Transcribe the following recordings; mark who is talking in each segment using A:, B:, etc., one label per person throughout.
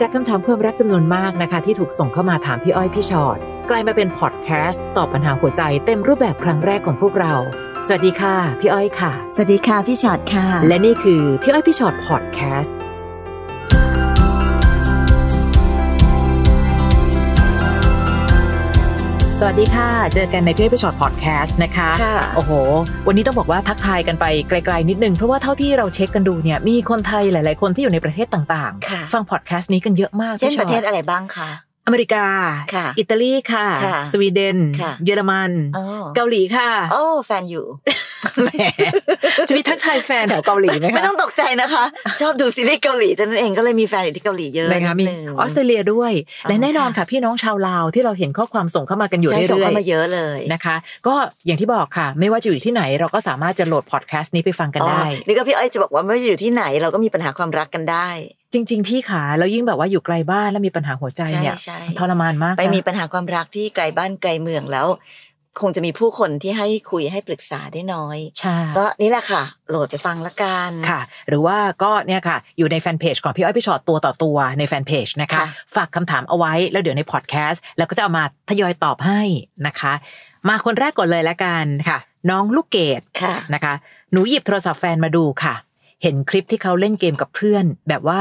A: จากคำถามความรักจำนวนมากนะคะ ที่ถูกส่งเข้ามาถามพี่อ้อยพี่ชอ็อตกลายมาเป็นพอดแคสต์ตอบปัญหาหัวใจเต็มรูปแบบครั้งแรกของพวกเรา สวัสดีค่ะ พี่อ้อยค่ะ
B: สวัสดีค่ะ พี่ชอตค่ะ
A: และนี่คือพี่อ้อยพี่ชอ็อตพอดแคสต์สวัสดีค่ะ เจอกันในพี่อ้อยพี่ชอ็อตพอดแคสต์นะคะ
B: ค่ะ
A: โอ้โห วันนี้ต้องบอกว่าทักทายกันไปไกลๆนิดนึง เพราะว่าเท่าที่เราเช็คกันดูเนี่ย มีคนไทยหลาย ๆ คนที่อยู่ในประเทศต่าง
B: ค่ะ
A: ๆ ฟังพอดแคสต์นี้กันเยอะมาก
B: เช่น
A: พี่ช
B: ป
A: อต
B: ระเทศอะไรบ้างคะ
A: อเมริกา
B: ค่ะ
A: อิตาลีค่ะ
B: ค่ะ
A: สวีเดน
B: ค่ะ
A: เยอรมัน
B: อ๋อ
A: เกาหลีค่ะ
B: โอ้แฟนอยู่
A: แหมจะมีทักทายแฟนแถวเกาหลีไหมคะ
B: ไม่ต้องตกใจนะคะ ชอบดูซีรีส์เกาหลีแต่นั่นเองก็เลยมีแฟนอยู่ที่เกาหลีเยอะ
A: นะคะมี
B: นิดนึง
A: ออสเตรเลียด้วย
B: อ๋อ
A: และแน่นอน
B: ค่ะ
A: ค่ะพี่น้องชาวลาวที่เราเห็นข้อความส่งเข้ามากันอยู่
B: ใช่
A: เรื่
B: ส่ง
A: อย
B: เข้ามาเยอะเลย
A: ๆนะคะ ก็อย่างที่บอกค่ะ ไม่ว่าจะอยู่ที่ไหนเราก็สามารถจะโหลดพอดแคสต์นี้ไปฟังกันได้
B: อ๋อนี่ก็พี่อ้อยจะบอกว่าไม่ว่าอยู่ที่ไหนเราก็มีปัญหาความรักกันได้
A: จริง ๆ พี่ขาแล้วยิ่งแบบว่าอยู่ไกลบ้านแล้วมีปัญหาหัวใจ
B: ใช่
A: เนี่ย
B: ใช่
A: ทรมานมากนะ
B: ไปมีปัญหาความรักที่ไกลบ้านไกลเมืองแล้ว คงจะมีผู้คนที่ให้คุยให้ปรึกษาได้น้อย
A: ใช่
B: ก็นี่แหละค่ะ โหลดไปฟังละกัน
A: ค่ะ หรือว่าก็เนี่ยค่ะ อยู่ในแฟนเพจของพี่อ้อยพี่ชอตตัวต่อตัวในแฟนเพจนะคะ
B: ค่ะ
A: ฝากคำถามเอาไว้แล้วเดี๋ยวในพอดแคสต์เราก็จะเอามาทยอยตอบให้นะคะ มาคนแรกก่อนเลยละกันค่ะ น้องลูกเกด
B: ค่ะ
A: นะคะหนูหยิบโทรศัพท์แฟนมาดูค่ะ เห็นคลิปที่เขาเล่นเกมกับเพื่อน แบบว่า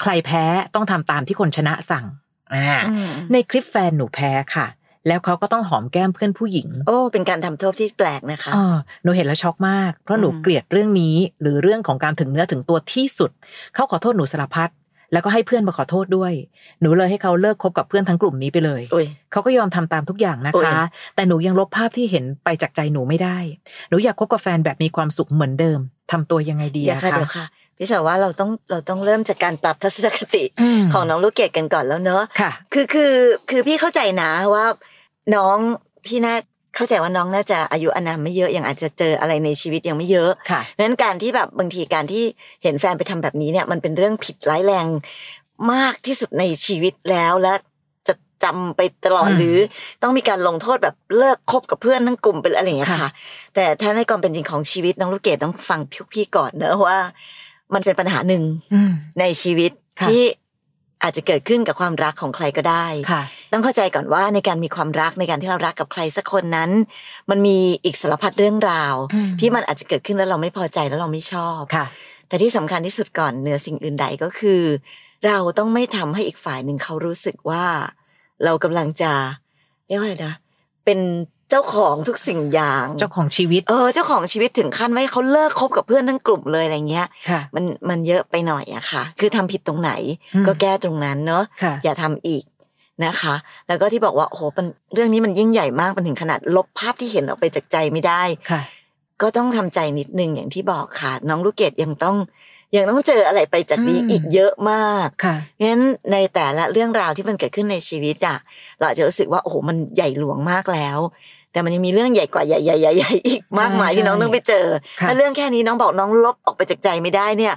A: ใครแพ้ต้องทำตามที่คนชนะสั่งอ่า
B: อืม
A: ในคลิปแฟนหนูแพ้ค่ะ แล้วเขาก็ต้องหอมแก้มเพื่อนผู้หญิง
B: โอ้ เป็นการทำโทษที่แปลกนะคะ
A: เออหนูเห็นแล้วช็อกมาก เพราะหนู
B: อืม
A: เกลียดเรื่องนี้ หรือเรื่องของการถึงเนื้อถึงตัวที่สุด เขาขอโทษหนูสารพัดแล้วก็ให้เพื่อนมาขอโทษด้วย หนูเลยให้เขาเลิกคบกับเพื่อนทั้งกลุ่มนี้ไปเลย
B: อุ้ย
A: เขาก็ยอมทำตามทุกอย่างนะ
B: โอ้
A: คะ
B: ย
A: แต่หนูยังลบภาพที่เห็นไปจากใจหนูไม่ได้ หนูอยากคบกับแฟนแบบมีความสุขเหมือนเดิม ทำตัวยังไงดี
B: เดี๋ยว
A: อะ
B: ค่ะ
A: คะ
B: เดี๋ยวค่ะพี่ชาวว่าเราต้องเราต้องเริ่มจากการปรับทัศนคติ
A: ม
B: ของน้องลูกเกดกันก่อนแล้วเนอะ
A: ค่ะ
B: คือคือคือพี่เข้าใจนะว่าน้องพี่น่าเข้าใจว่าน้องน่าจะอายุอานามไม่เยอะยังอาจจะเจออะไรในชีวิตยังไม่เยอะ
A: ค่ะ
B: เพราะฉะนั้นการที่แบบบางทีการที่เห็นแฟนไปทำแบบนี้เนี่ยมันเป็นเรื่องผิดร้ายแรงมากที่สุดในชีวิตแล้วและจะจำไปตลอด
A: อืม
B: หรือต้องมีการลงโทษแบบเลิกคบกับเพื่อนทั้งกลุ่มไปอะไรอย่างเงี้ย
A: ค่ะ
B: ค่ะ แต่ถ้าในความเป็นจริงของชีวิตน้องลูกเกดต้องฟังพี่ๆก่อนเนอะว่า มันเป็นปัญหาหนึ่ง
A: อืม
B: ในชีวิต
A: ค่ะ
B: ที่อาจจะเกิดขึ้นกับความรักของใครก็ได้
A: ค่ะ
B: ต้องเข้าใจก่อนว่าในการมีความรักในการที่เรารักกับใครสักคนนั้น มันมีอีกสารพัดเรื่องราว
A: อืม
B: ที่มันอาจจะเกิดขึ้นแล้วเราไม่พอใจแล้วเราไม่ชอบ
A: ค่ะ
B: แต่ที่สำคัญที่สุดก่อนเหนือสิ่งอื่นใดก็คือ เราต้องไม่ทำให้อีกฝ่ายหนึ่งเขารู้สึกว่า เรากำลังจะเรียกว่าอะไรนะเป็นเจ้าของทุกสิ่งอย่าง
A: เจ้าของชีวิต
B: เออเจ้าของชีวิตถึงขั้นว่าเขาเลิกคบกับเพื่อนทั้งกลุ่มเลยอะไรเงี้ย
A: ค่ะ
B: มันมันเยอะไปหน่อยอะค่ะ คือทำผิดตรงไหน
A: อืม
B: ก็แก้ตรงนั้นเนอะ
A: ค่ะ
B: อย่าทำอีกนะคะ แล้วก็ที่บอกว่าโอ้โหมันเรื่องนี้มันยิ่งใหญ่มากมันถึงขนาดลบภาพที่เห็นออกไปจากใจไม่ได้
A: ค่ะ
B: ก็ต้องทำใจนิดนึงอย่างที่บอกค่ะ น้องลูกเกดยังต้องยังต้องเจออะไรไปจากนี้
A: อืม
B: อีกเยอะมาก
A: ค่ะ
B: งั้นในแต่ละเรื่องราวที่มันเกิดขึ้นในชีวิตอะเราอาจจะรู้สึกว่าโอ้โหมันใหญ่หลวงมากแล้ว แต่มันยังมีเรื่องใหญ่กว่าใหญ่ใหญ่ใหญ่ใหญ่อีกมากมาย
A: ใช่
B: ที่น้องต้องไปเจอ
A: ค่ะ
B: ถ้าเรื่องแค่นี้น้องบอกน้องลบออกไปจากใจไม่ได้เนี่ย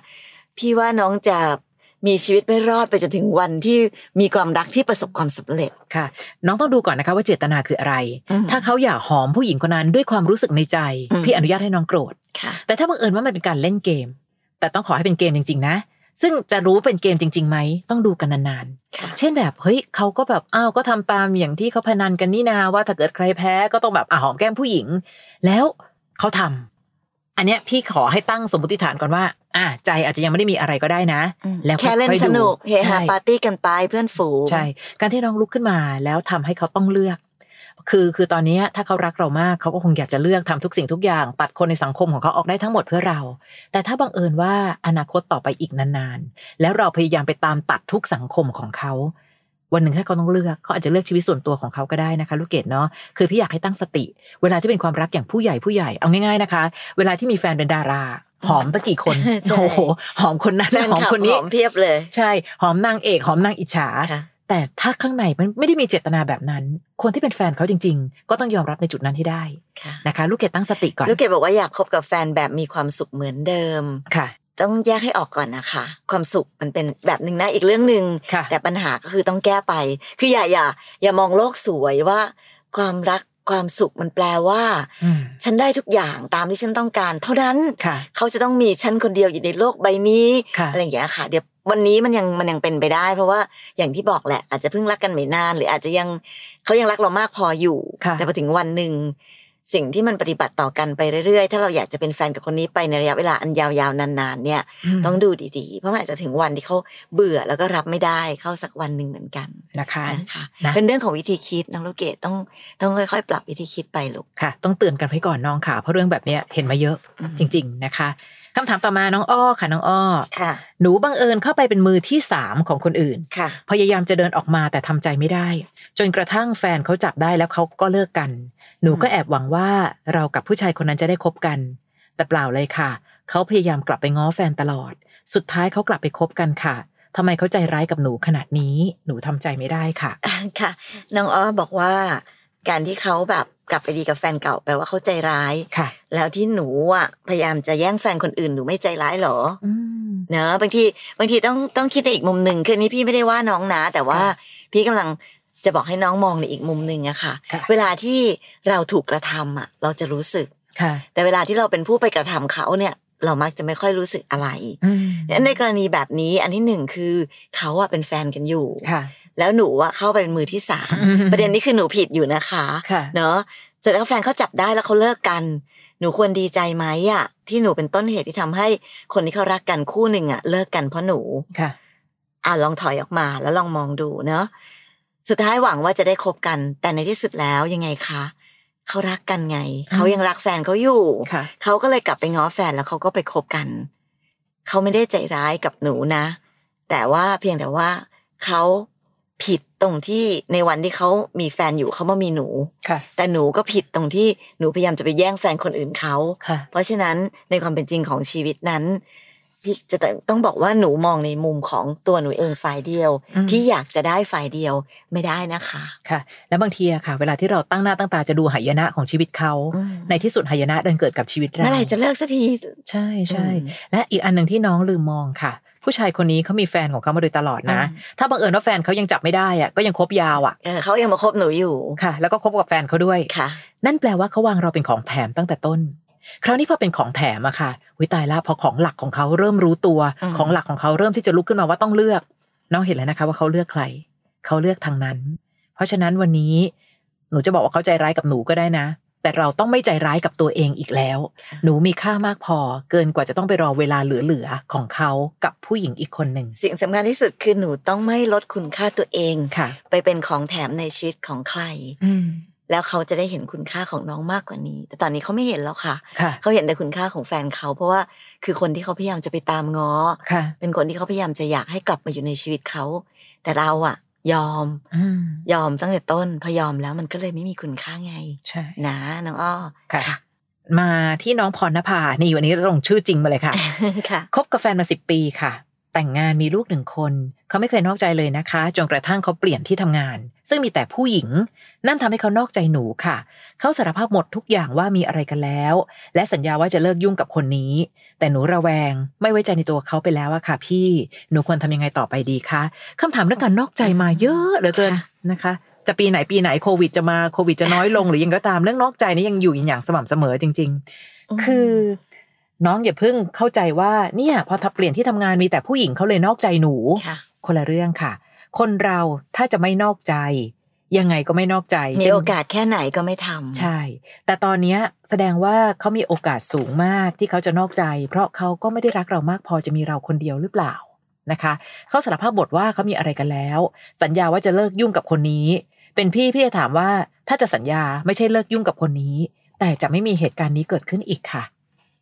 B: พี่ว่าน้องจะมีชีวิตไม่รอดไปจนถึงวันที่มีความรักที่ประสบความสำเร็จ
A: ค่ะ น้องต้องดูก่อนนะคะว่าเจตนาคืออะไร
B: อืม
A: ถ้าเขาอยากหอมผู้หญิงคนนั้นด้วยความรู้สึกในใจ
B: อืม
A: พี่อนุญาตให้น้องโกรธ
B: ค่ะ
A: แต่ถ้าบังเอิญว่ามันเป็นการเล่นเกม แต่ต้องขอให้เป็นเกมจริง ๆ นะ ซึ่งจะรู้เป็นเกมจริงๆไหมต้องดูกันนานๆ
B: ค่ะ
A: เช่นแบบเฮ้ยเขาก็แบบอ้าวก็ทำตามอย่างที่เขาพนันกันนี่นาว่าถ้าเกิดใครแพ้ก็ต้องแบบอ่ะหอมแก้มผู้หญิง แล้วเขาทำอันเนี้ยพี่ขอให้ตั้งสมมติฐานก่อนว่า อ่ะใจอาจจะยังไม่ได้มีอะไรก็ได้นะ แล้ว
B: แค่เล่น
A: ค่อยๆดู
B: สนุกเฮฮา
A: ใช่
B: ปาร์ตี้กันไปเพื่อนฝูง
A: ใช่ การที่น้องลุกขึ้นมาแล้วทำให้เขาต้องเลือก คือคือตอนเนี้ยถ้าเขารักเรามากเขาก็คงอยากจะเลือกทำทุกสิ่งทุกอย่าง ปัดคนในสังคมของเขาออกได้ทั้งหมดเพื่อเรา แต่ถ้าบังเอิญว่าอนาคตต่อไปอีกนานๆ แล้วเราพยายามไปตามตัดทุกสังคมของเขา วันหนึ่งถ้าเขาต้องเลือกเขาอาจจะเลือกชีวิตส่วนตัวของเขาก็ได้นะคะ ลูกเกดเนาะ คือพี่อยากให้ตั้งสติ เวลาที่เป็นความรักอย่างผู้ใหญ่ผู้ใหญ่เอาง่ายๆนะคะ เวลาที่มีแฟนเป็นดารา หอมตั้งกี่คน
B: ใช่
A: โอ้โหหอมคนนั้น
B: แฟน
A: หอม
B: คลับ
A: คนนี้
B: หอมเพียบเลย
A: ใช่ หอมนางเอก หอมนางอิจฉา
B: ค่ะ
A: แต่ถ้าข้างในมันไม่ได้มีเจตนาแบบนั้น คนที่เป็นแฟนเขาจริง ๆ ก็ต้องยอมรับในจุดนั้นให้ได้
B: ค่ะ
A: นะคะ ลูกเกดตั้งสติก่อน
B: ลูกเกดบอกว่าอยากคบกับแฟนแบบมีความสุขเหมือนเดิม
A: ค่ะ
B: ต้องแยกให้ออกก่อนนะคะ ความสุขมันเป็นแบบหนึ่งนะอีกเรื่องหนึ่ง
A: ค่ะ
B: แต่ปัญหาก็คือต้องแก้ไป คืออย่าอย่าอย่ามองโลกสวยว่า ความรัก ความสุขมันแปลว่า
A: อืม
B: ฉันได้ทุกอย่างตามที่ฉันต้องการ เท่านั้น
A: ค่ะ
B: เขาจะต้องมีฉันคนเดียวอยู่ในโลกใบนี้
A: ค่ะ
B: อะไรอย่างเงี้ยค่ะ เดี๋ยววันนี้มันยังมันยังเป็นไปได้ เพราะว่าอย่างที่บอกแหละ อาจจะเพิ่งรักกันไม่นาน หรืออาจจะยังเขายังรักเรามากพออยู่
A: ค่ะ
B: แต่พอถึงวันหนึ่งสิ่งที่มันปฏิบัติต่อกันไปเรื่อยๆ ถ้าเราอยากจะเป็นแฟนกับคนนี้ไปในระยะเวลาอันยาวๆนานๆเนี่ย
A: ม
B: ต้องดูดีๆ เพราะมันอาจจะถึงวันที่เขาเบื่อแล้วก็รับไม่ได้เข้าสักวันหนึ่งเหมือนกัน
A: นะคะ
B: นะคะ
A: นะ
B: เป็นเรื่องของวิธีคิดน้องลูกเกดต้องต้องค่อยๆ ปรับวิธีคิดไปลูก
A: ค่ะ ต้องเตือนกันไว้ก่อนน้องค่ะ เพราะเรื่องแบบเนี้ยเห็นมาเยอะ
B: อืม
A: จริง ๆนะคะคำถามต่อมาน้องอ้อค่ะน้องอ้อ
B: ค่ะ
A: หนูบังเอิญเข้าไปเป็นมือที่สามของคนอื่น
B: ค่ะ
A: พยายามจะเดินออกมาแต่ทำใจไม่ได้ จนกระทั่งแฟนเขาจับได้แล้วเขาก็เลิกกัน หนูก็
B: อืม
A: แอบหวังว่าเรากับผู้ชายคนนั้นจะได้คบกัน แต่เปล่าเลยค่ะ เขาพยายามกลับไปง้อแฟนตลอด สุดท้ายเขากลับไปคบกันค่ะทำไมเขาใจร้ายกับหนูขนาดนี้ หนูทำใจไม่ได้ค่ะ
B: ค่ะน้องอ้อบอกว่า การที่เขาแบบกลับไปดีกับแฟนเก่าแปลว่าเขาใจร้าย
A: ค่ะ
B: แล้วที่หนูอ่ะพยายามจะแย่งแฟนคนอื่นหนูไม่ใจร้ายเหรอ
A: อืม
B: เนอะบางทีบางทีต้องต้องคิดในอีกมุมหนึ่งคืออันนี้พี่ไม่ได้ว่าน้องนะ แต่ว่า
A: ค่ะ
B: พี่กำลังจะบอกให้น้องมองในอีกมุมหนึ่งอะค่ะ
A: ค่ะ
B: เวลาที่เราถูกกระทำอะเราจะรู้สึก
A: ค่ะ
B: แต่เวลาที่เราเป็นผู้ไปกระทำเขาเนี่ย เรามักจะไม่ค่อยรู้สึกอะไร
A: อืม
B: งั้นในกรณีแบบนี้อันที่หนึ่งคือเขาอะเป็นแฟนกันอยู่
A: ค่ะ
B: แล้วหนูอะเข้าไปเป็นมือที่สาม
A: อืม
B: ประเด็นนี้คือหนูผิดอยู่นะคะ
A: ค่ะ
B: เนอะเสร็จแล้วแฟนเขาจับได้แล้วเขาเลิกกัน หนูควรดีใจไหมอะที่หนูเป็นต้นเหตุที่ทำให้คนที่เขารักกันคู่หนึ่งอะเลิกกันเพราะหนู
A: ค่ะ
B: อ่ะลองถอยออกมาแล้วลองมองดูเนอะสุดท้ายหวังว่าจะได้คบกัน แต่ในที่สุดแล้วยังไงคะเขารักกันไง เขายังรักแฟนเขาอยู่
A: ค่ะ
B: เขาก็เลยกลับไปง้อแฟนแล้วเขาก็ไปคบกัน เขาไม่ได้ใจร้ายกับหนูนะ แต่ว่าเพียงแต่ว่าเขาผิดตรงที่ในวันที่เขามีแฟนอยู่เขามามีหนู
A: ค่ะ
B: แต่หนูก็ผิดตรงที่หนูพยายามจะไปแย่งแฟนคนอื่นเขา
A: ค่ะ
B: เพราะฉะนั้นในความเป็นจริงของชีวิตนั้น พี่จะต้องบอกว่าหนูมองในมุมของตัวหนูเองฝ่ายเดียว
A: อืม
B: ที่อยากจะได้ฝ่ายเดียวไม่ได้นะคะ
A: ค่ะ แล้วบางทีอะค่ะ เวลาที่เราตั้งหน้าตั้งตาจะดูหายนะของชีวิตเขา
B: อืม
A: ในที่สุดหายนะดันเกิดกับชีวิตเรา
B: เมื่อไหร่จะเลิกสักที
A: ใช่ใช่
B: อืม
A: และอีกอันหนึ่งที่น้องลืมมองค่ะ ผู้ชายคนนี้เขามีแฟนของเขามาโดยตลอดนะ
B: อ่า
A: ถ้าบังเอิญว่าแฟนเขายังจับไม่ได้อะก็ยังคบยาวอะ
B: เออเขายังมาคบหนูอยู่
A: ค่ะ แล้วก็คบกับแฟนเขาด้วย
B: ค่ะ
A: นั่นแปลว่าเขาวางเราเป็นของแถมตั้งแต่ต้น คราวนี้พอเป็นของแถมอะค่ะวิตายละพอของหลักของเขาเริ่มรู้ตัว
B: อืม
A: ของหลักของเขาเริ่มที่จะลุกขึ้นมาว่าต้องเลือก น้องเห็นแล้วนะคะว่าเขาเลือกใคร เขาเลือกทางนั้น เพราะฉะนั้นวันนี้ หนูจะบอกว่าเขาใจร้ายกับหนูก็ได้นะ แต่เราต้องไม่ใจร้ายกับตัวเองอีกแล้ว หนูมีค่ามากพอ เกินกว่าจะต้องไปรอเวลาเหลือๆของเขากับผู้หญิงอีกคนหนึ่ง
B: สิ่งสำคัญที่สุดคือหนูต้องไม่ลดคุณค่าตัวเอง
A: ค่ะ
B: ไปเป็นของแถมในชีวิตของใคร
A: อืม
B: แล้วเขาจะได้เห็นคุณค่าของน้องมากกว่านี้ แต่ตอนนี้เขาไม่เห็นแล้วค่ะ
A: ค่ะ
B: เขาเห็นแต่คุณค่าของแฟนเขา เพราะว่าคือคนที่เขาพยายามจะไปตามง้อ
A: ค่ะ
B: เป็นคนที่เขาพยายามจะอยากให้กลับมาอยู่ในชีวิตเขา แต่เราอะยอม
A: อืม
B: ยอมตั้งแต่ต้น พอยอมแล้วมันก็เลยไม่มีคุณค่าไง
A: ใช่
B: นะน้องอ้อ
A: ค่ะ มาที่น้องพรณภานี่วันนี้เราลงชื่อจริงมาเลยค่ะ
B: ค่ะ
A: คบกับแฟนมาสิบปีค่ะ แต่งงานมีลูกหนึ่งคน เขาไม่เคยนอกใจเลยนะคะ จนกระทั่งเขาเปลี่ยนที่ทำงาน ซึ่งมีแต่ผู้หญิง นั่นทำให้เขานอกใจหนูค่ะ เขาสารภาพหมดทุกอย่างว่ามีอะไรกันแล้ว และสัญญาว่าจะเลิกยุ่งกับคนนี้ แต่หนูระแวง ไม่ไว้ใจในตัวเขาไปแล้วอะค่ะ พี่หนูควรทำยังไงต่อไปดีคะคำถามเรื่องการนอกใจมาเยอะเหลือเกิน
B: ค่ะ
A: นะคะ จะปีไหนปีไหนโควิดจะมาโควิดจะน้อยลงหรือยังก็ตามเรื่องนอกใจนี่ยังอยู่อย่างสม่ำเสมอจริง ๆ คือน้องอย่าเพิ่งเข้าใจว่าเนี่ยพอทับเปลี่ยนที่ทำงานมีแต่ผู้หญิงเขาเลยนอกใจหนู
B: มค่ะ
A: คนละเรื่องค่ะ คนเราถ้าจะไม่นอกใจ ยังไงก็ไม่นอกใจ
B: มี
A: จะ
B: โอกาสแค่ไหนก็ไม่ทำ
A: ใช่ แต่ตอนเนี้ยแสดงว่าเขามีโอกาสสูงมากที่เขาจะนอกใจ เพราะเขาก็ไม่ได้รักเรามากพอจะมีเราคนเดียวหรือเปล่านะคะเขาสารภาพบทว่าเขามีอะไรกันแล้ว สัญญาว่าจะเลิกยุ่งกับคนนี้ เป็นพี่พี่จะถามว่าถ้าจะสัญญาไม่ใช่เลิกยุ่งกับคนนี้ แต่จะไม่มีเหตุการณ์นี้เกิดขึ้นอีกค่ะ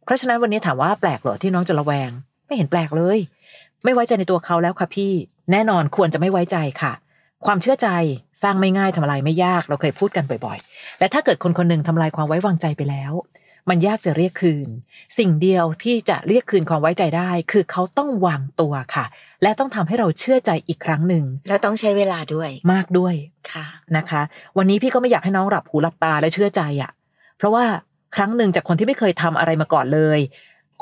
A: เพราะฉะนั้นวันนี้ถามว่าแปลกเหรอที่น้องจะระแวง ไม่เห็นแปลกเลย ไม่ไว้ใจในตัวเขาแล้วค่ะพี่ แน่นอนควรจะไม่ไว้ใจค่ะ ความเชื่อใจสร้างไม่ง่ายทำลายไม่ยากเราเคยพูดกันบ่อยๆ และถ้าเกิดคนคนหนึ่งทำลายความไว้วางใจไปแล้ว มันยากจะเรียกคืน สิ่งเดียวที่จะเรียกคืนความไว้ใจได้ คือเขาต้องวางตัวค่ะ และต้องทำให้เราเชื่อใจอีกครั้งหนึ่ง
B: แล้วต้องใช้เวลาด้วย
A: มากด้วย
B: ค่ะ
A: นะคะ วันนี้พี่ก็ไม่อยากให้น้องหลับหูหลับตาและเชื่อใจอะ่ะ เพราะว่าครั้งหนึ่งจากคนที่ไม่เคยทำอะไรมาก่อนเลย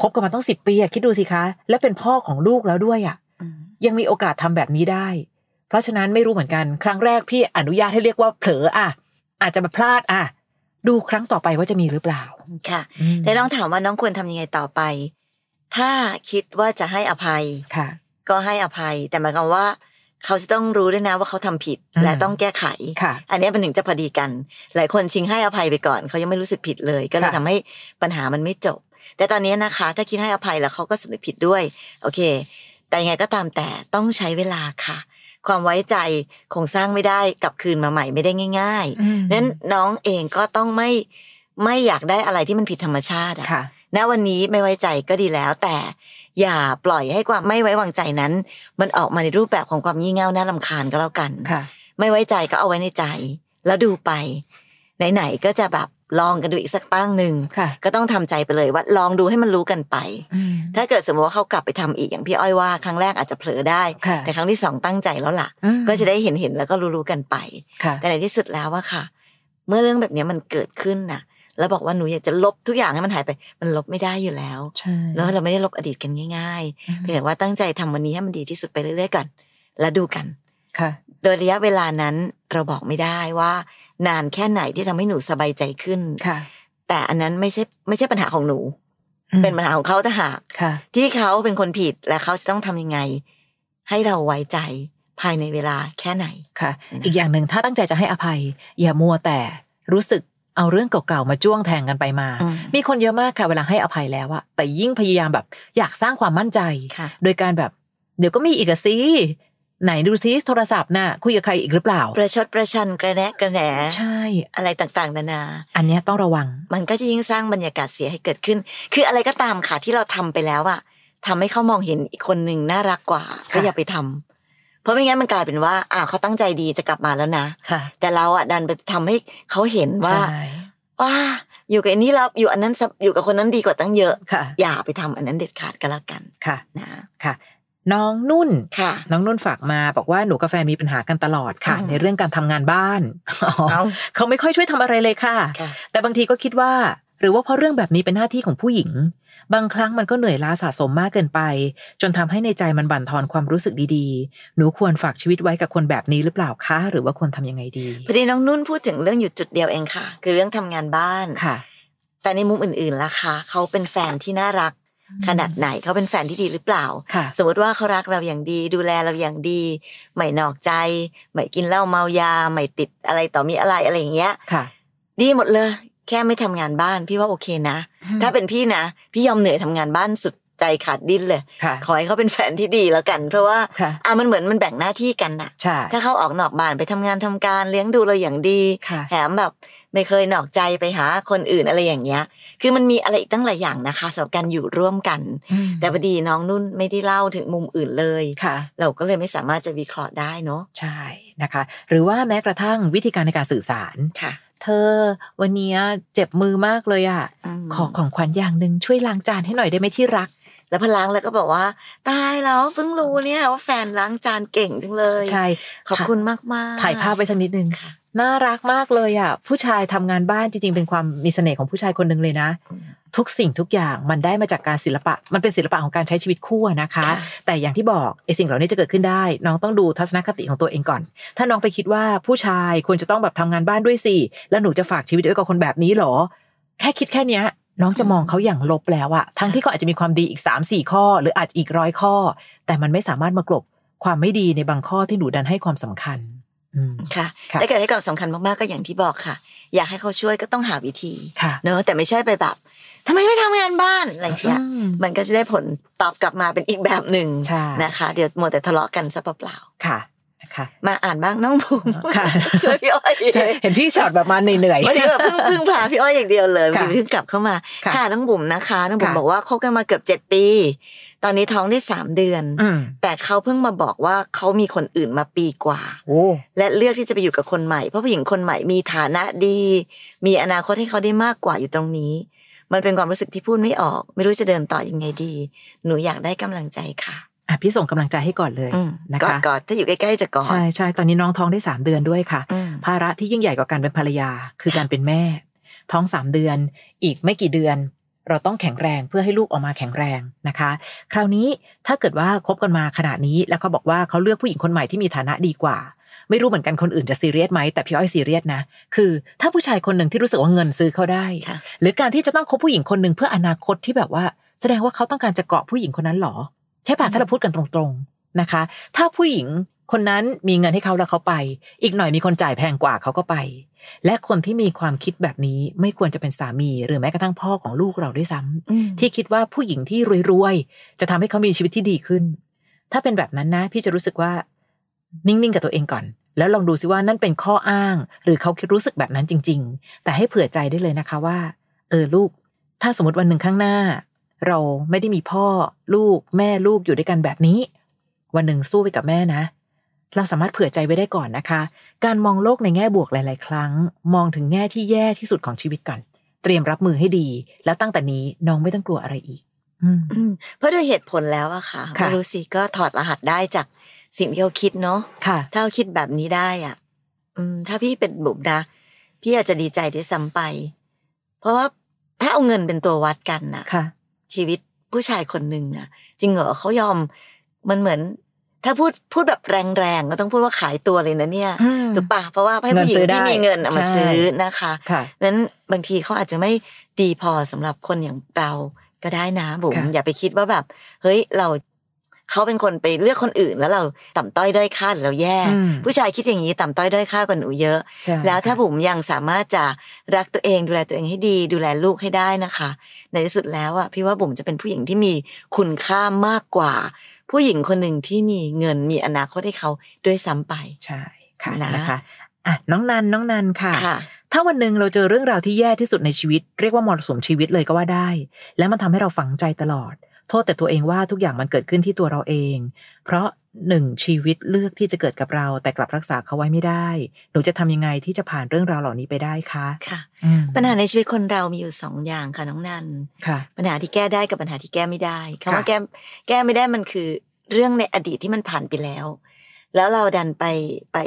A: คบกันมาต้องสิบปีอะคิดดูสิคะ และเป็นพ่อของลูกแล้วด้วยอะ่ะ ยังมีโอกาสทำแบบนี้ได้ เพราะฉะนั้นไม่รู้เหมือนกัน ครั้งแรกพี่อนุญาตให้เรียกว่าเผลออ่ะ อาจจะมาพลาดอ่ะ ดูครั้งต่อไปว่าจะมีหรือเปล่า
B: ค่ะ
A: อืม
B: แต่ต้องถามว่าน้องควรทำยังไงต่อไป ถ้าคิดว่าจะให้อภัย
A: ค่ะ
B: ก็ให้อภัย แต่หมายความว่า เขาจะต้องรู้ด้วยนะว่าเขาทำผิด
A: อืม
B: และต้องแก้ไข
A: ค่ะ
B: อันเนี้ยมันถึงจะพอดีกัน หลายคนชิงให้อภัยไปก่อน เขายังไม่รู้สึกผิดเลย ก็เลย
A: ค่ะ
B: ทำให้ปัญหามันไม่จบ แต่ตอนเนี้ยนะคะ ถ้าคิดให้อภัยแล้วเขาก็สำนึกผิดด้วย โอเค แต่ยังไงก็ตามแต่ต้องใช้เวลาค่ะ ความไว้ใจคงสร้างไม่ได้กลับคืนมาใหม่ไม่ได้ง่าย
A: อืม
B: ๆนั้นน้องเองก็ต้องไม่ไม่อยากได้อะไรที่มันผิดธรรมชาติอะ
A: ค่ะ
B: ณวันนี้ไม่ไว้ใจก็ดีแล้ว แต่อย่าปล่อยให้ความไม่ไว้วางใจนั้น มันออกมาในรูปแบบของความงี่เง่าน่าลำคาญก็แล้วกัน
A: ค่ะ
B: ไม่ไว้ใจก็เอาไว้ในใจ แล้วดูไป ไหนๆก็จะแบบลองกันดูอีกสักตั้งหนึ่ง
A: ค่ะ
B: ก็ต้องทำใจไปเลยว่าลองดูให้มันรู้กันไป
A: อืม
B: ถ้าเกิดสมมติว่าเขากลับไปทำอีกอย่างพี่อ้อยว่าครั้งแรกอาจจะเผลอได้
A: ค่ะ
B: แต่ครั้งที่สองตั้งใจแล้วล่ะ
A: อืม
B: ก็จะได้เห็นเห็นๆแล้วก็รู้ๆกันไป
A: ค่ะ
B: แต่ในที่สุดแล้วอะค่ะ เมื่อเรื่องแบบเนี้ยมันเกิดขึ้นน่ะ แล้วบอกว่าหนูอยากจะลบทุกอย่างให้มันหายไป มันลบไม่ได้อยู่แล้ว
A: ใช่
B: แล้วเราไม่ได้ลบอดีตกันง่าย
A: อืม
B: ๆเพียงแต่ว่าตั้งใจทำวันนี้ให้มันดีที่สุดไปเรื่อยๆก่อนแล้วดูกัน
A: ค่ะ
B: โดยระยะเวลานั้นเราบอกไม่ได้ว่า นานแค่ไหนที่ทำให้หนูสบายใจขึ้น
A: ค่ะ
B: แต่อันนั้นไม่ใช่ไม่ใช่ปัญหาของหนู
A: อืม
B: เป็นปัญหาของเขาต่างหาก
A: ค่ะ
B: ที่เขาเป็นคนผิดและเขาจะต้องทำยังไง ให้เราไว้ใจภายในเวลาแค่ไหน
A: ค่ะ
B: อืม
A: อีกอย่างหนึ่งถ้าตั้งใจจะให้อภัย อย่ามัวแต่รู้สึกเอาเรื่องเก่าๆมาจ้วงแทงกันไปมา
B: อืม
A: มีคนเยอะมากค่ะเวลาให้อภัยแล้วอะแต่ยิ่งพยายามแบบ อยากสร้างความมั่นใจ
B: ค่ะ
A: โดยการแบบ เดี๋ยวก็มีอีกอะสิไหนดูซิโทรศัพท์น่ะคุยกับใครอีกหรือเปล่า
B: ประชดประชันกระแนะกระแหน
A: ใช่
B: อะไรต่างๆ นานา
A: อันเนี้ยต้องระวัง
B: มันก็จะยิ่งสร้างบรรยากาศเสียให้เกิดขึ้น คืออะไรก็ตามค่ะที่เราทำไปแล้วอะทำให้เขามองเห็นอีกคนหนึ่งน่ารักกว่า ก็
A: ค่ะ
B: อย่าไปทำเพราะไม่งั้นมันกลายเป็นว่า อ่าเขาตั้งใจดีจะกลับมาแล้วนะ
A: ค่ะ
B: แต่เราอะดันไปทำให้เขาเห็นว่า
A: ใช่
B: ว่าอยู่กับอันนี้แล้วอยู่อันนั้นสบอยู่กับคนนั้นดีกว่าตั้งเยอะ
A: ค่ะ
B: อย่าไปทำอันนั้นเด็ดขาดก็แล้วกัน
A: ค่ะ
B: นะ
A: ค่ะ น้องนุ่น
B: ค่ะ
A: น้องนุ่นฝากมาบอกว่าหนูกับแฟนมีปัญหากันตลอดค่ะ
B: อืม
A: ในเรื่องการทำงานบ้านอ๋อ
B: เอา
A: เขาไม่ค่อยช่วยทำอะไรเลยค่ะ
B: ค่ะ
A: แต่บางทีก็คิดว่า หรือว่าเพราะเรื่องแบบนี้เป็นหน้าที่ของผู้หญิง บางครั้งมันก็เหนื่อยล้าสะสมมากเกินไป จนทำให้ในใจมันบั่นทอนความรู้สึกดีๆ หนูควรฝากชีวิตไว้กับคนแบบนี้หรือเปล่าคะ หรือว่าควรทำยังไงดี
B: พอดีน้องนุ่นพูดถึงเรื่องอยู่จุดเดียวเองค่ะ คือเรื่องทำงานบ้าน
A: ค่ะ
B: แต่ในมุมอื่นๆล่ะคะเขาเป็นแฟนที่น่ารัก ขนาดไหนเขาเป็นแฟนที่ดีหรือเปล่า
A: ค่ะ
B: สมมติว่าเขารักเราอย่างดี ดูแลเราอย่างดี ไม่นอกใจ ไม่กินเหล้าเมายา ไม่ติดอะไรต่อมีอะไรอะไรอย่างเงี้ย
A: ค่ะ
B: ดีหมดเลย แค่ไม่ทำงานบ้าน พี่ว่าโอเคนะ ถ้าเป็นพี่นะ พี่ยอมเหนื่อยทำงานบ้านสุดใจขาดดิ้นเลย
A: ค่ะ
B: ขอให้เขาเป็นแฟนที่ดีแล้วกัน เพราะว่า
A: ค่ะ
B: อ่ะมันเหมือนมันแบ่งหน้าที่กันน่ะ
A: ใช่
B: ถ้าเขาออกนอกบ้านไปทำงานทำการเลี้ยงดูเราอย่างดี
A: ค่ะ
B: แถมแบบไม่เคยนอกใจไปหาคนอื่นอะไรอย่างเงี้ย คือมันมีอะไรอีกตั้งหลายอย่างนะคะสำหรับการอยู่ร่วมกัน แต่พอดีน้องนุ่นไม่ได้เล่าถึงมุมอื่นเลย
A: ค่ะ
B: เราก็เลยไม่สามารถจะวิเคราะห์ได้เนาะ
A: ใช่นะคะ หรือว่าแม้กระทั่งวิธีการในการสื่อสาร
B: ค่ะ
A: เธอ วันเนี้ยเจ็บมือมากเลยอะ่ะ
B: ม
A: ขอของขวัญอย่างหนึ่งช่วยล้างจานให้หน่อยได้ไหมที่รัก
B: แล้วพอลังแล้วก็บอกว่า ตายแล้วเพิ่งรู้เนี่ยว่าแฟนล้างจานเก่งจังเลย
A: ใช่
B: ขอบคุณมากมากๆ
A: ถ่ายภาพไปสักนิดนึง
B: ค่ะ
A: น่ารักมากเลยอะ่ะ ผู้ชายทำงานบ้านจริงๆ เป็นความมีเสน่ห์ของผู้ชายคนหนึ่งเลยนะ
B: อืม
A: ทุกสิ่งทุกอย่างมันได้มาจากการศิลปะ มันเป็นศิลปะของการใช้ชีวิตคู่อะนะคะ
B: ค่ะ
A: แต่อย่างที่บอกไอ้สิ่งเหล่านี้จะเกิดขึ้นได้ น้องต้องดูทัศนคติของตัวเองก่อน ถ้าน้องไปคิดว่าผู้ชายควรจะต้องแบบทำงานบ้านด้วยสิแล้วหนูจะฝากชีวิตไว้กับคนแบบนี้เหรอ แค่คิดแค่เนี้ย น้องจะมองเขาอย่างลบแล้วอะทั้งที่เขาอาจจะมีความดีอีก 3 4 ข้อ หรืออาจจะอีกร้อยข้อ แต่มันไม่สามารถมากลบความไม่ดีในบางข้อที่หนูดันให้ความสำคัญ อืม
B: ค่ะ
A: ค่ะ
B: แต่เกิดให้ความสำคัญมากๆก็อย่างที่บอกค่ะ อยากให้เขาช่วยก็ต้องหาวิธี
A: ค่ะ
B: เนอะแต่ไม่ใช่ไปแบบทำไมไม่ทำงานบ้านอะไรอย่างเงี้ย
A: อืม
B: มันก็จะได้ผลตอบกลับมาเป็นอีกแบบหนึ่ง
A: ใช่
B: นะคะ เดี๋ยวมัวแต่ทะเลาะกันซะเปล่า
A: ค่ะนะคะ
B: ๆมาอ่านบ้างน้องบุ๋ม
A: ค่ะ
B: ช่วยพี่อ้อย
A: ใช่เห็นพี่ช็อตแบบมาเหนื่อย
B: วันนี้แบบเพิ่งเพิ่งพาพี่อ้อยอย่างเดียวเลยวัน
A: ค่ะ
B: นี้เพิ่งกลับเข้ามา
A: ค่ะ
B: ค่ะน้องบุ๋มนะคะน้องบุ๋ม
A: ค่ะ
B: บอกว่าคบกันมาเกือบเจ็ดปี ตอนนี้ท้องได้สามเดือน
A: ๆอืม
B: แต่เขาเพิ่งมาบอกว่าเขามีคนอื่นมาปีกว่า
A: โอ้
B: และเลือกที่จะไปอยู่กับคนใหม่เพราะผู้หญิงคนใหม่มีฐานะดี มีอนาคตให้เขาได้มากกว่าอยู่ตรงนี้ มันเป็นความรู้สึกที่พูดไม่ออก ไม่รู้จะเดินต่อยังไงดี หนูอยากได้กำลังใจค่ะ
A: อ่ะพี่ส่งกำลังใจให้ก่อนเลย
B: อืม
A: นะ
B: กอด
A: คะ
B: กอดถ้าอยู่ใกล้ๆจะกอด
A: ใช่ใช่ตอนนี้น้องท้องได้สามเดือนด้วยค่ะ
B: อืม
A: ภาระที่ยิ่งใหญ่กว่าการเป็นภรรยา คือการเป็นแม่ ท้องสามเดือน อีกไม่กี่เดือน เราต้องแข็งแรงเพื่อให้ลูกออกมาแข็งแรงนะคะ คราวนี้ถ้าเกิดว่าคบกันมาขนาดนี้แล้วเขาบอกว่าเขาเลือกผู้หญิงคนใหม่ที่มีฐานะดีกว่า ไม่รู้เหมือนกันคนอื่นจะซีเรียสไหมแต่พี่อ้อยซีเรียสนะ คือถ้าผู้ชายคนหนึ่งที่รู้สึกว่าเงินซื้อเขาได้
B: ค่ะ
A: หรือการที่จะต้องคบผู้หญิงคนหนึ่งเพื่ออนาคตที่แบบว่า แสดงว่าเขาต้องการจะเกาะผู้หญิงคนนั้นเหรอ ใช่ป่ะถ้าเราพูดกันตรงๆนะคะ ถ้าผู้หญิงคนนั้นมีเงินให้เขาแล้วเขาไป อีกหน่อยมีคนจ่ายแพงกว่าเขาก็ไป และคนที่มีความคิดแบบนี้ไม่ควรจะเป็นสามีหรือแม้กระทั่งพ่อของลูกเราด้วยซ้ำ
B: อืม
A: ที่คิดว่าผู้หญิงที่รวยๆ จะทำให้เขามีชีวิตที่ดีขึ้น ถ้าเป็นแบบนั้นนะ พี่จะรู้สึกว่า นิ่งๆ กับตัวเองก่อน แล้วลองดูซิว่านั่นเป็นข้ออ้าง หรือเขาคิดรู้สึกแบบนั้นจริง ๆ แต่ให้เผื่อใจได้เลยนะคะว่า เออลูก ถ้าสมมติวันหนึ่งข้างหน้า เราไม่ได้มีพ่อลูกแม่ลูกอยู่ด้วยกันแบบนี้ วันหนึ่งสู้ไปกับแม่นะ เราสามารถเผื่อใจไว้ได้ก่อนนะคะ การมองโลกในแง่บวกหลาย ๆ ครั้ง มองถึงแง่ที่แย่ที่สุดของชีวิตก่อน เตรียมรับมือให้ดี แล้วตั้งแต่นี้น้องไม่ต้องกลัวอะไรอีก อืม
B: อืมเพราะด้วยเหตุผลแล้วอะค่ะ
A: ค่ะ
B: ไม่รู้สิก็ถอดรหัสได้จากสิ่งที่เขาคิดเนาะ
A: ค่ะ
B: ถ้าเขาคิดแบบนี้ได้อ่ะ อืม ถ้าพี่เป็นบุบนะ พี่อาจจะดีใจด้วยซ้ำไป เพราะว่าถ้าเอาเงินเป็นตัววัดกันน่ะ
A: ค่ะ
B: ชีวิตผู้ชายคนหนึ่งอ่ะ จริงเหรอเขายอม มันเหมือน ถ้าพูดพูดแบบแรงๆก็ต้องพูดว่าขายตัวเลยนะเนี่ย
A: อืม
B: ถูกปะเพราะว่าให้ผู้หญิ
A: เงินซื้
B: ง
A: อได้
B: ที่มีเงินอะมา
A: ใช่
B: ซื้อนะคะ
A: ค่ะ
B: นั้นบางทีเขาอาจจะไม่ดีพอสำหรับคนอย่างเราก็ได้นะบุ๋ม
A: ค่ะ
B: อย่าไปคิดว่าแบบ เฮ้ยเราเขาเป็นคนไปเลือกคนอื่น แล้วเราต่ำต้อยด้อยค่าหรือเราแย่
A: อืม
B: ผู้ชายคิดอย่างนี้ต่ำต้อยด้อยค่ากว่าหนูเยอะ
A: ใช่
B: แล้วถ้า
A: ค่ะ
B: บุ๋มยังสามารถจะรักตัวเองดูแลตัวเองให้ดี ดูแลลูกให้ได้นะคะ ในที่สุดแล้วอ่ะพี่ว่าบุ๋มจะเป็นผู้หญิงที่มีคุณค่ามากกว่า ผู้หญิงคนหนึ่งที่มีเงินมีอนาคตให้เขาด้วยซ้ำไป
A: ใช่ค่ะ
B: นะ
A: นะคะอ่ะน้องนันน้องนันค่ะ
B: ค่ะ
A: ถ้าวันหนึ่งเราเจอเรื่องราวที่แย่ที่สุดในชีวิต เรียกว่ามรสุมชีวิตเลยก็ว่าได้ และมันทำให้เราฝังใจตลอด โทษแต่ตัวเองว่าทุกอย่างมันเกิดขึ้นที่ตัวเราเอง เพราะหนึ่งชีวิตเลือกที่จะเกิดกับเรา แต่กลับรักษาเขาไว้ไม่ได้ หนูจะทำยังไงที่จะผ่านเรื่องราวเหล่านี้ไปได้คะ
B: ค่ะ
A: อืม
B: ปัญหาในชีวิตคนเรามีอยู่สองอย่างค่ะน้องนัน
A: ค่ะ
B: ปัญหาที่แก้ได้กับปัญหาที่แก้ไม่ได้คำว่า
A: ค่ะ
B: แก้แก้ไม่ได้มันคือเรื่องในอดีตที่มันผ่านไปแล้ว แล้วเราดันไปไป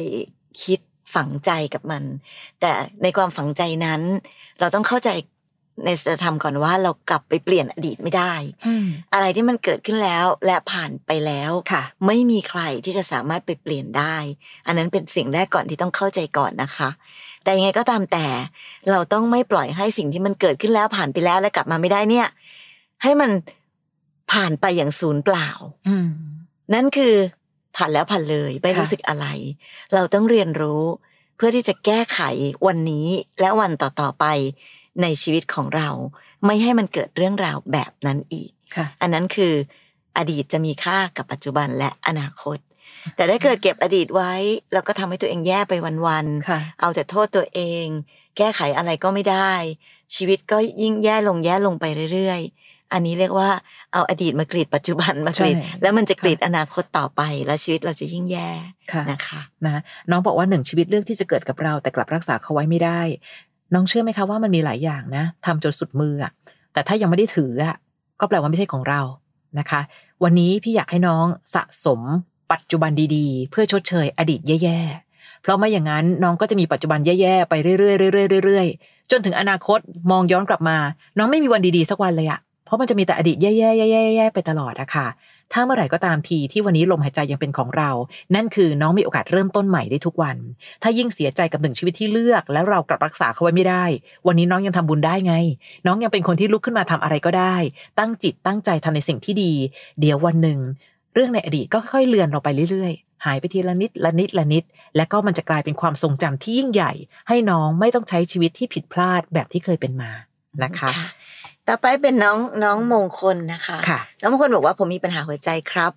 B: คิดฝังใจกับมัน แต่ในความฝังใจนั้น เราต้องเข้าใจในสัจธรรมก่อนว่าเรากลับไปเปลี่ยนอดีตไม่ได้ อะไรที่มันเกิดขึ้นแล้วและผ่านไปแล้ว
A: ค่ะ
B: ไม่มีใครที่จะสามารถไปเปลี่ยนได้ อันนั้นเป็นสิ่งแรกก่อนที่ต้องเข้าใจก่อนนะคะ แต่ยังไงก็ตามแต่ เราต้องไม่ปล่อยให้สิ่งที่มันเกิดขึ้นแล้วผ่านไปแล้วและกลับมาไม่ได้เนี่ย ให้มันผ่านไปอย่างศูนย์เปล่า
A: อืม
B: นั่นคือผ่านแล้วผ่านเลยไม่
A: ค่ะ
B: รู้สึกอะไร เราต้องเรียนรู้ เพื่อที่จะแก้ไขวันนี้และวันต่อๆไปในชีวิตของเรา ไม่ให้มันเกิดเรื่องราวแบบนั้นอีก
A: ค่ะ
B: อันนั้นคืออดีตจะมีค่ากับปัจจุบันและอนาคต แต่ถ้าเกิดเก็บอดีตไว้ แล้วก็ทำให้ตัวเองแย่ไปวัน
A: ค่ะ
B: ๆเอาแต่โทษตัวเอง แก้ไขอะไรก็ไม่ได้ ชีวิตก็ยิ่งแย่ลงแย่ลงไปเรื่อยๆ อันนี้เรียกว่าเอาอดีตมากรีดปัจจุบันมากรีด
A: ใช่
B: แล้วมันจะกรีดอนาคตต่อไป แล้วชีวิตเราจะยิ่งแย่
A: ค่ะ
B: นะคะ
A: นะน้องบอกว่าหนึ่งชีวิตเลือกที่จะเกิดกับเรา แต่กลับรักษาเขาไว้ไม่ได้ น้องเชื่อไหมคะว่ามันมีหลายอย่างนะทำจนสุดมืออะแต่ถ้ายังไม่ได้ถืออะก็แปลว่าไม่ใช่ของเรานะคะ วันนี้พี่อยากให้น้องสะสมปัจจุบันดีๆ เพื่อชดเชยอดีตแย่ๆ เพราะไม่อย่างนั้นน้องก็จะมีปัจจุบันแย่ๆไปเรื่อยๆเรื่อยๆเรื่อยๆจนถึงอนาคตมองย้อนกลับมา น้องไม่มีวันดีๆสักวันเลยอะเพราะมันจะมีแต่อดีตแย่ๆแย่ๆๆๆไปตลอดอะค่ะ ถ้าเมื่อไหร่ก็ตามทีที่วันนี้ลมหายใจยังเป็นของเรา นั่นคือน้องมีโอกาสเริ่มต้นใหม่ได้ทุกวัน ถ้ายิ่งเสียใจกับหนึ่งชีวิตที่เลือก แล้วเรากลับรักษาเขาไว้ไม่ได้ วันนี้น้องยังทำบุญได้ไง น้องยังเป็นคนที่ลุกขึ้นมาทำอะไรก็ได้ ตั้งจิตตั้งใจทำในสิ่งที่ดี เดี๋ยววันหนึ่ง เรื่องในอดีตก็ค่อยๆเลือนเราไปเรื่อยๆ หายไปทีละนิดละนิดละนิด และก็มันจะกลายเป็นความทรงจำที่ยิ่งใหญ่ ให้น้องไม่ต้องใช้ชีวิตที่ผิดพลาดแบบที่เคยเป็นมานะคะ
B: ต่อไปเป็นน้องน้องมงคลนะคะ
A: ค่ะ
B: แล้วบางคนบอกว่าผมมีปัญหาหัวใจครับ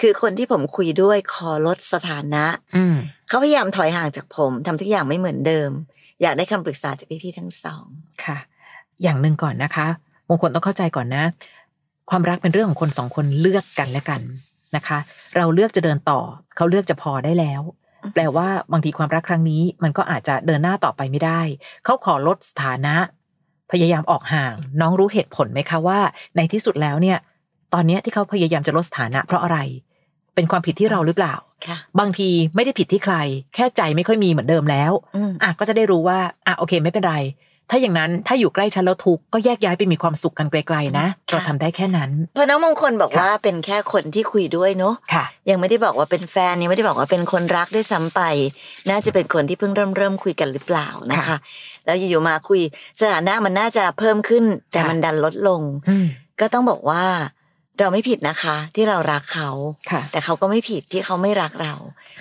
B: คือคนที่ผมคุยด้วยขอลดสถานะ
A: อืม
B: เขาพยายามถอยห่างจากผมทำทุกอย่างไม่เหมือนเดิม อยากได้คำปรึกษาจากพี่ๆทั้งสอง
A: ค่ะ อย่างหนึ่งก่อนนะคะมงคลต้องเข้าใจก่อนนะ ความรักเป็นเรื่องของคนสองคนเลือกกันและกันนะคะ เราเลือกจะเดินต่อ เขาเลือกจะพอได้แล้ว
B: อืม
A: แปลว่าบางทีความรักครั้งนี้ มันก็อาจจะเดินหน้าต่อไปไม่ได้ เขาขอลดสถานะ พยายามออกห่าง น้องรู้เหตุผลไหมคะว่า ในที่สุดแล้วเนี่ย ตอนเนี้ยที่เขาพยายามจะลดสถานะ เพราะอะไร เป็นความผิดที่เราหรือเปล่า
B: ค่ะ
A: บางทีไม่ได้ผิดที่ใคร แค่ใจไม่ค่อยมีเหมือนเดิมแล้ว
B: อืม
A: อ่ะก็จะได้รู้ว่าอ่ะโอเคไม่เป็นไร ถ้าอย่างนั้นถ้าอยู่ใกล้ฉันแล้วทุกข์ก็แยกย้ายไปมีความสุขกันไกลๆนะ
B: ค่ะ
A: เราทำได้แค่นั้น
B: เพราะน้องมงคลบอก
A: ค่ะ
B: ว่าเป็นแค่คนที่คุยด้วยเนาะ
A: ค่ะ
B: ยังไม่ได้บอกว่าเป็นแฟนยังไม่ได้บอกว่าเป็นคนรักด้วยซ้ำไป น่าจะเป็นคนที่เพิ่งเริ่มเริ่มคุยกันหรือเปล่านะคะ
A: ค่ะ
B: แล้วอยู่ๆมาคุยสถานะมันน่าจะเพิ่มขึ้น แต่
A: ค่ะ
B: มันดันลดลง
A: อืม
B: ก็ต้องบอกว่า เราไม่ผิดนะคะ ที่เรารักเขา
A: ค่ะ
B: แต่เขาก็ไม่ผิดที่เขาไม่รักเรา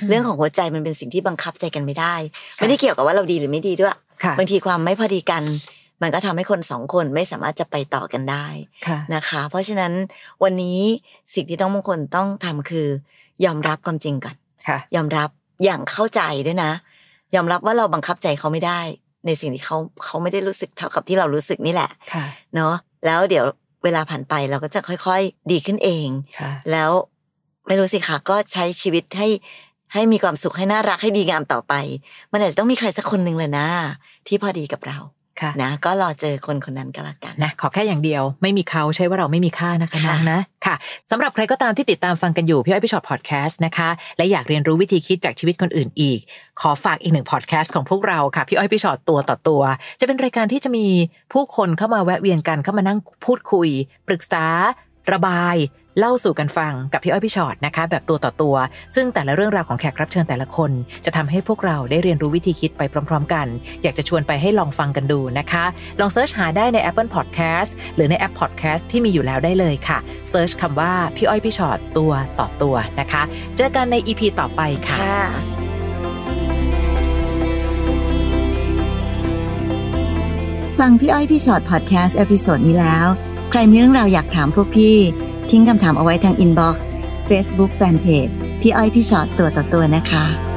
B: เรื่องของหัวใจมันเป็นสิ่งที่บังคับใจกันไม่ได้
A: ค่ะ
B: ไม่ได้เกี่ยวกับว่าเราดีหรือไม่ดีด้วย
A: ค่ะ
B: บางทีความไม่พอดีกัน มันก็ทำให้คนสองคนไม่สามารถจะไปต่อกันได้
A: ค่ะ
B: นะคะ เพราะฉะนั้นวันนี้สิ่งที่น้องมงคลต้องทำคือ ยอมรับความจริงก่อน
A: ค่ะ
B: ยอมรับอย่างเข้าใจด้วยนะ ยอมรับว่าเราบังคับใจเขาไม่ได้ ในสิ่งที่เขาเขาไม่ได้รู้สึกเท่ากับที่เรารู้สึกนี่แหละ
A: ค่ะ
B: เนาะแล้วเดี๋ยวเวลาผ่านไปเราก็จะค่อย ๆ ดีขึ้นเอง
A: ค่ะ
B: แล้วไม่รู้สิคะก็ใช้ชีวิตให้ให้มีความสุขให้น่ารักให้ดีงามต่อไป มันอาจจะต้องมีใครสักคนหนึ่งเลยนะ ที่พอดีกับเรา
A: ค่ะ
B: นะ ก็รอเจอคนคนนั้นก็แล้วกัน
A: นะขอแค่อย่างเดียวไม่มีเขาใช่ว่าเราไม่มีค่านะคะ
B: ค่ะ
A: น้องนะค่ะสำหรับใครก็ตามที่ติดตามฟังกันอยู่พี่อ้อยพี่ชอตพอดแคสต์นะคะ และอยากเรียนรู้วิธีคิดจากชีวิตคนอื่นอีก ขอฝากอีกหนึ่งพอดแคสต์ของพวกเราค่ะพี่อ้อยพี่ชอตตัวต่อตัว จะเป็นรายการที่จะมีผู้คนเข้ามาแวะเวียนกันเข้ามานั่งพูดคุย ปรึกษา ระบาย เล่าสู่กันฟังกับพี่อ้อยพี่ชอตนะคะ แบบตัวต่อตัว ซึ่งแต่ละเรื่องราวของแขกรับเชิญแต่ละคน จะทำให้พวกเราได้เรียนรู้วิธีคิดไปพร้อม ๆ กัน อยากจะชวนไปให้ลองฟังกันดูนะคะ ลองเสิร์ชหาได้ใน Apple Podcast หรือในแอป Podcast ที่มีอยู่แล้วได้เลยค่ะเสิร์ชคำว่าพี่อ้อยพี่ชอตตัวต่อตัวนะคะ เจอกันใน EP ต่อไปค่ะ
B: ค่ะฟังพี่อ้อยพี่ชอตพอดแคสต์เอพิโซดนี้แล้ว ใครมีเรื่องราวอยากถามพวกพี่ ทิ้งคำถามเอาไว้ทางอินบ็อกซ์เฟซบุ๊กแฟนเพจพี่อ้อยพี่ชอตตัวต่อตัวนะคะ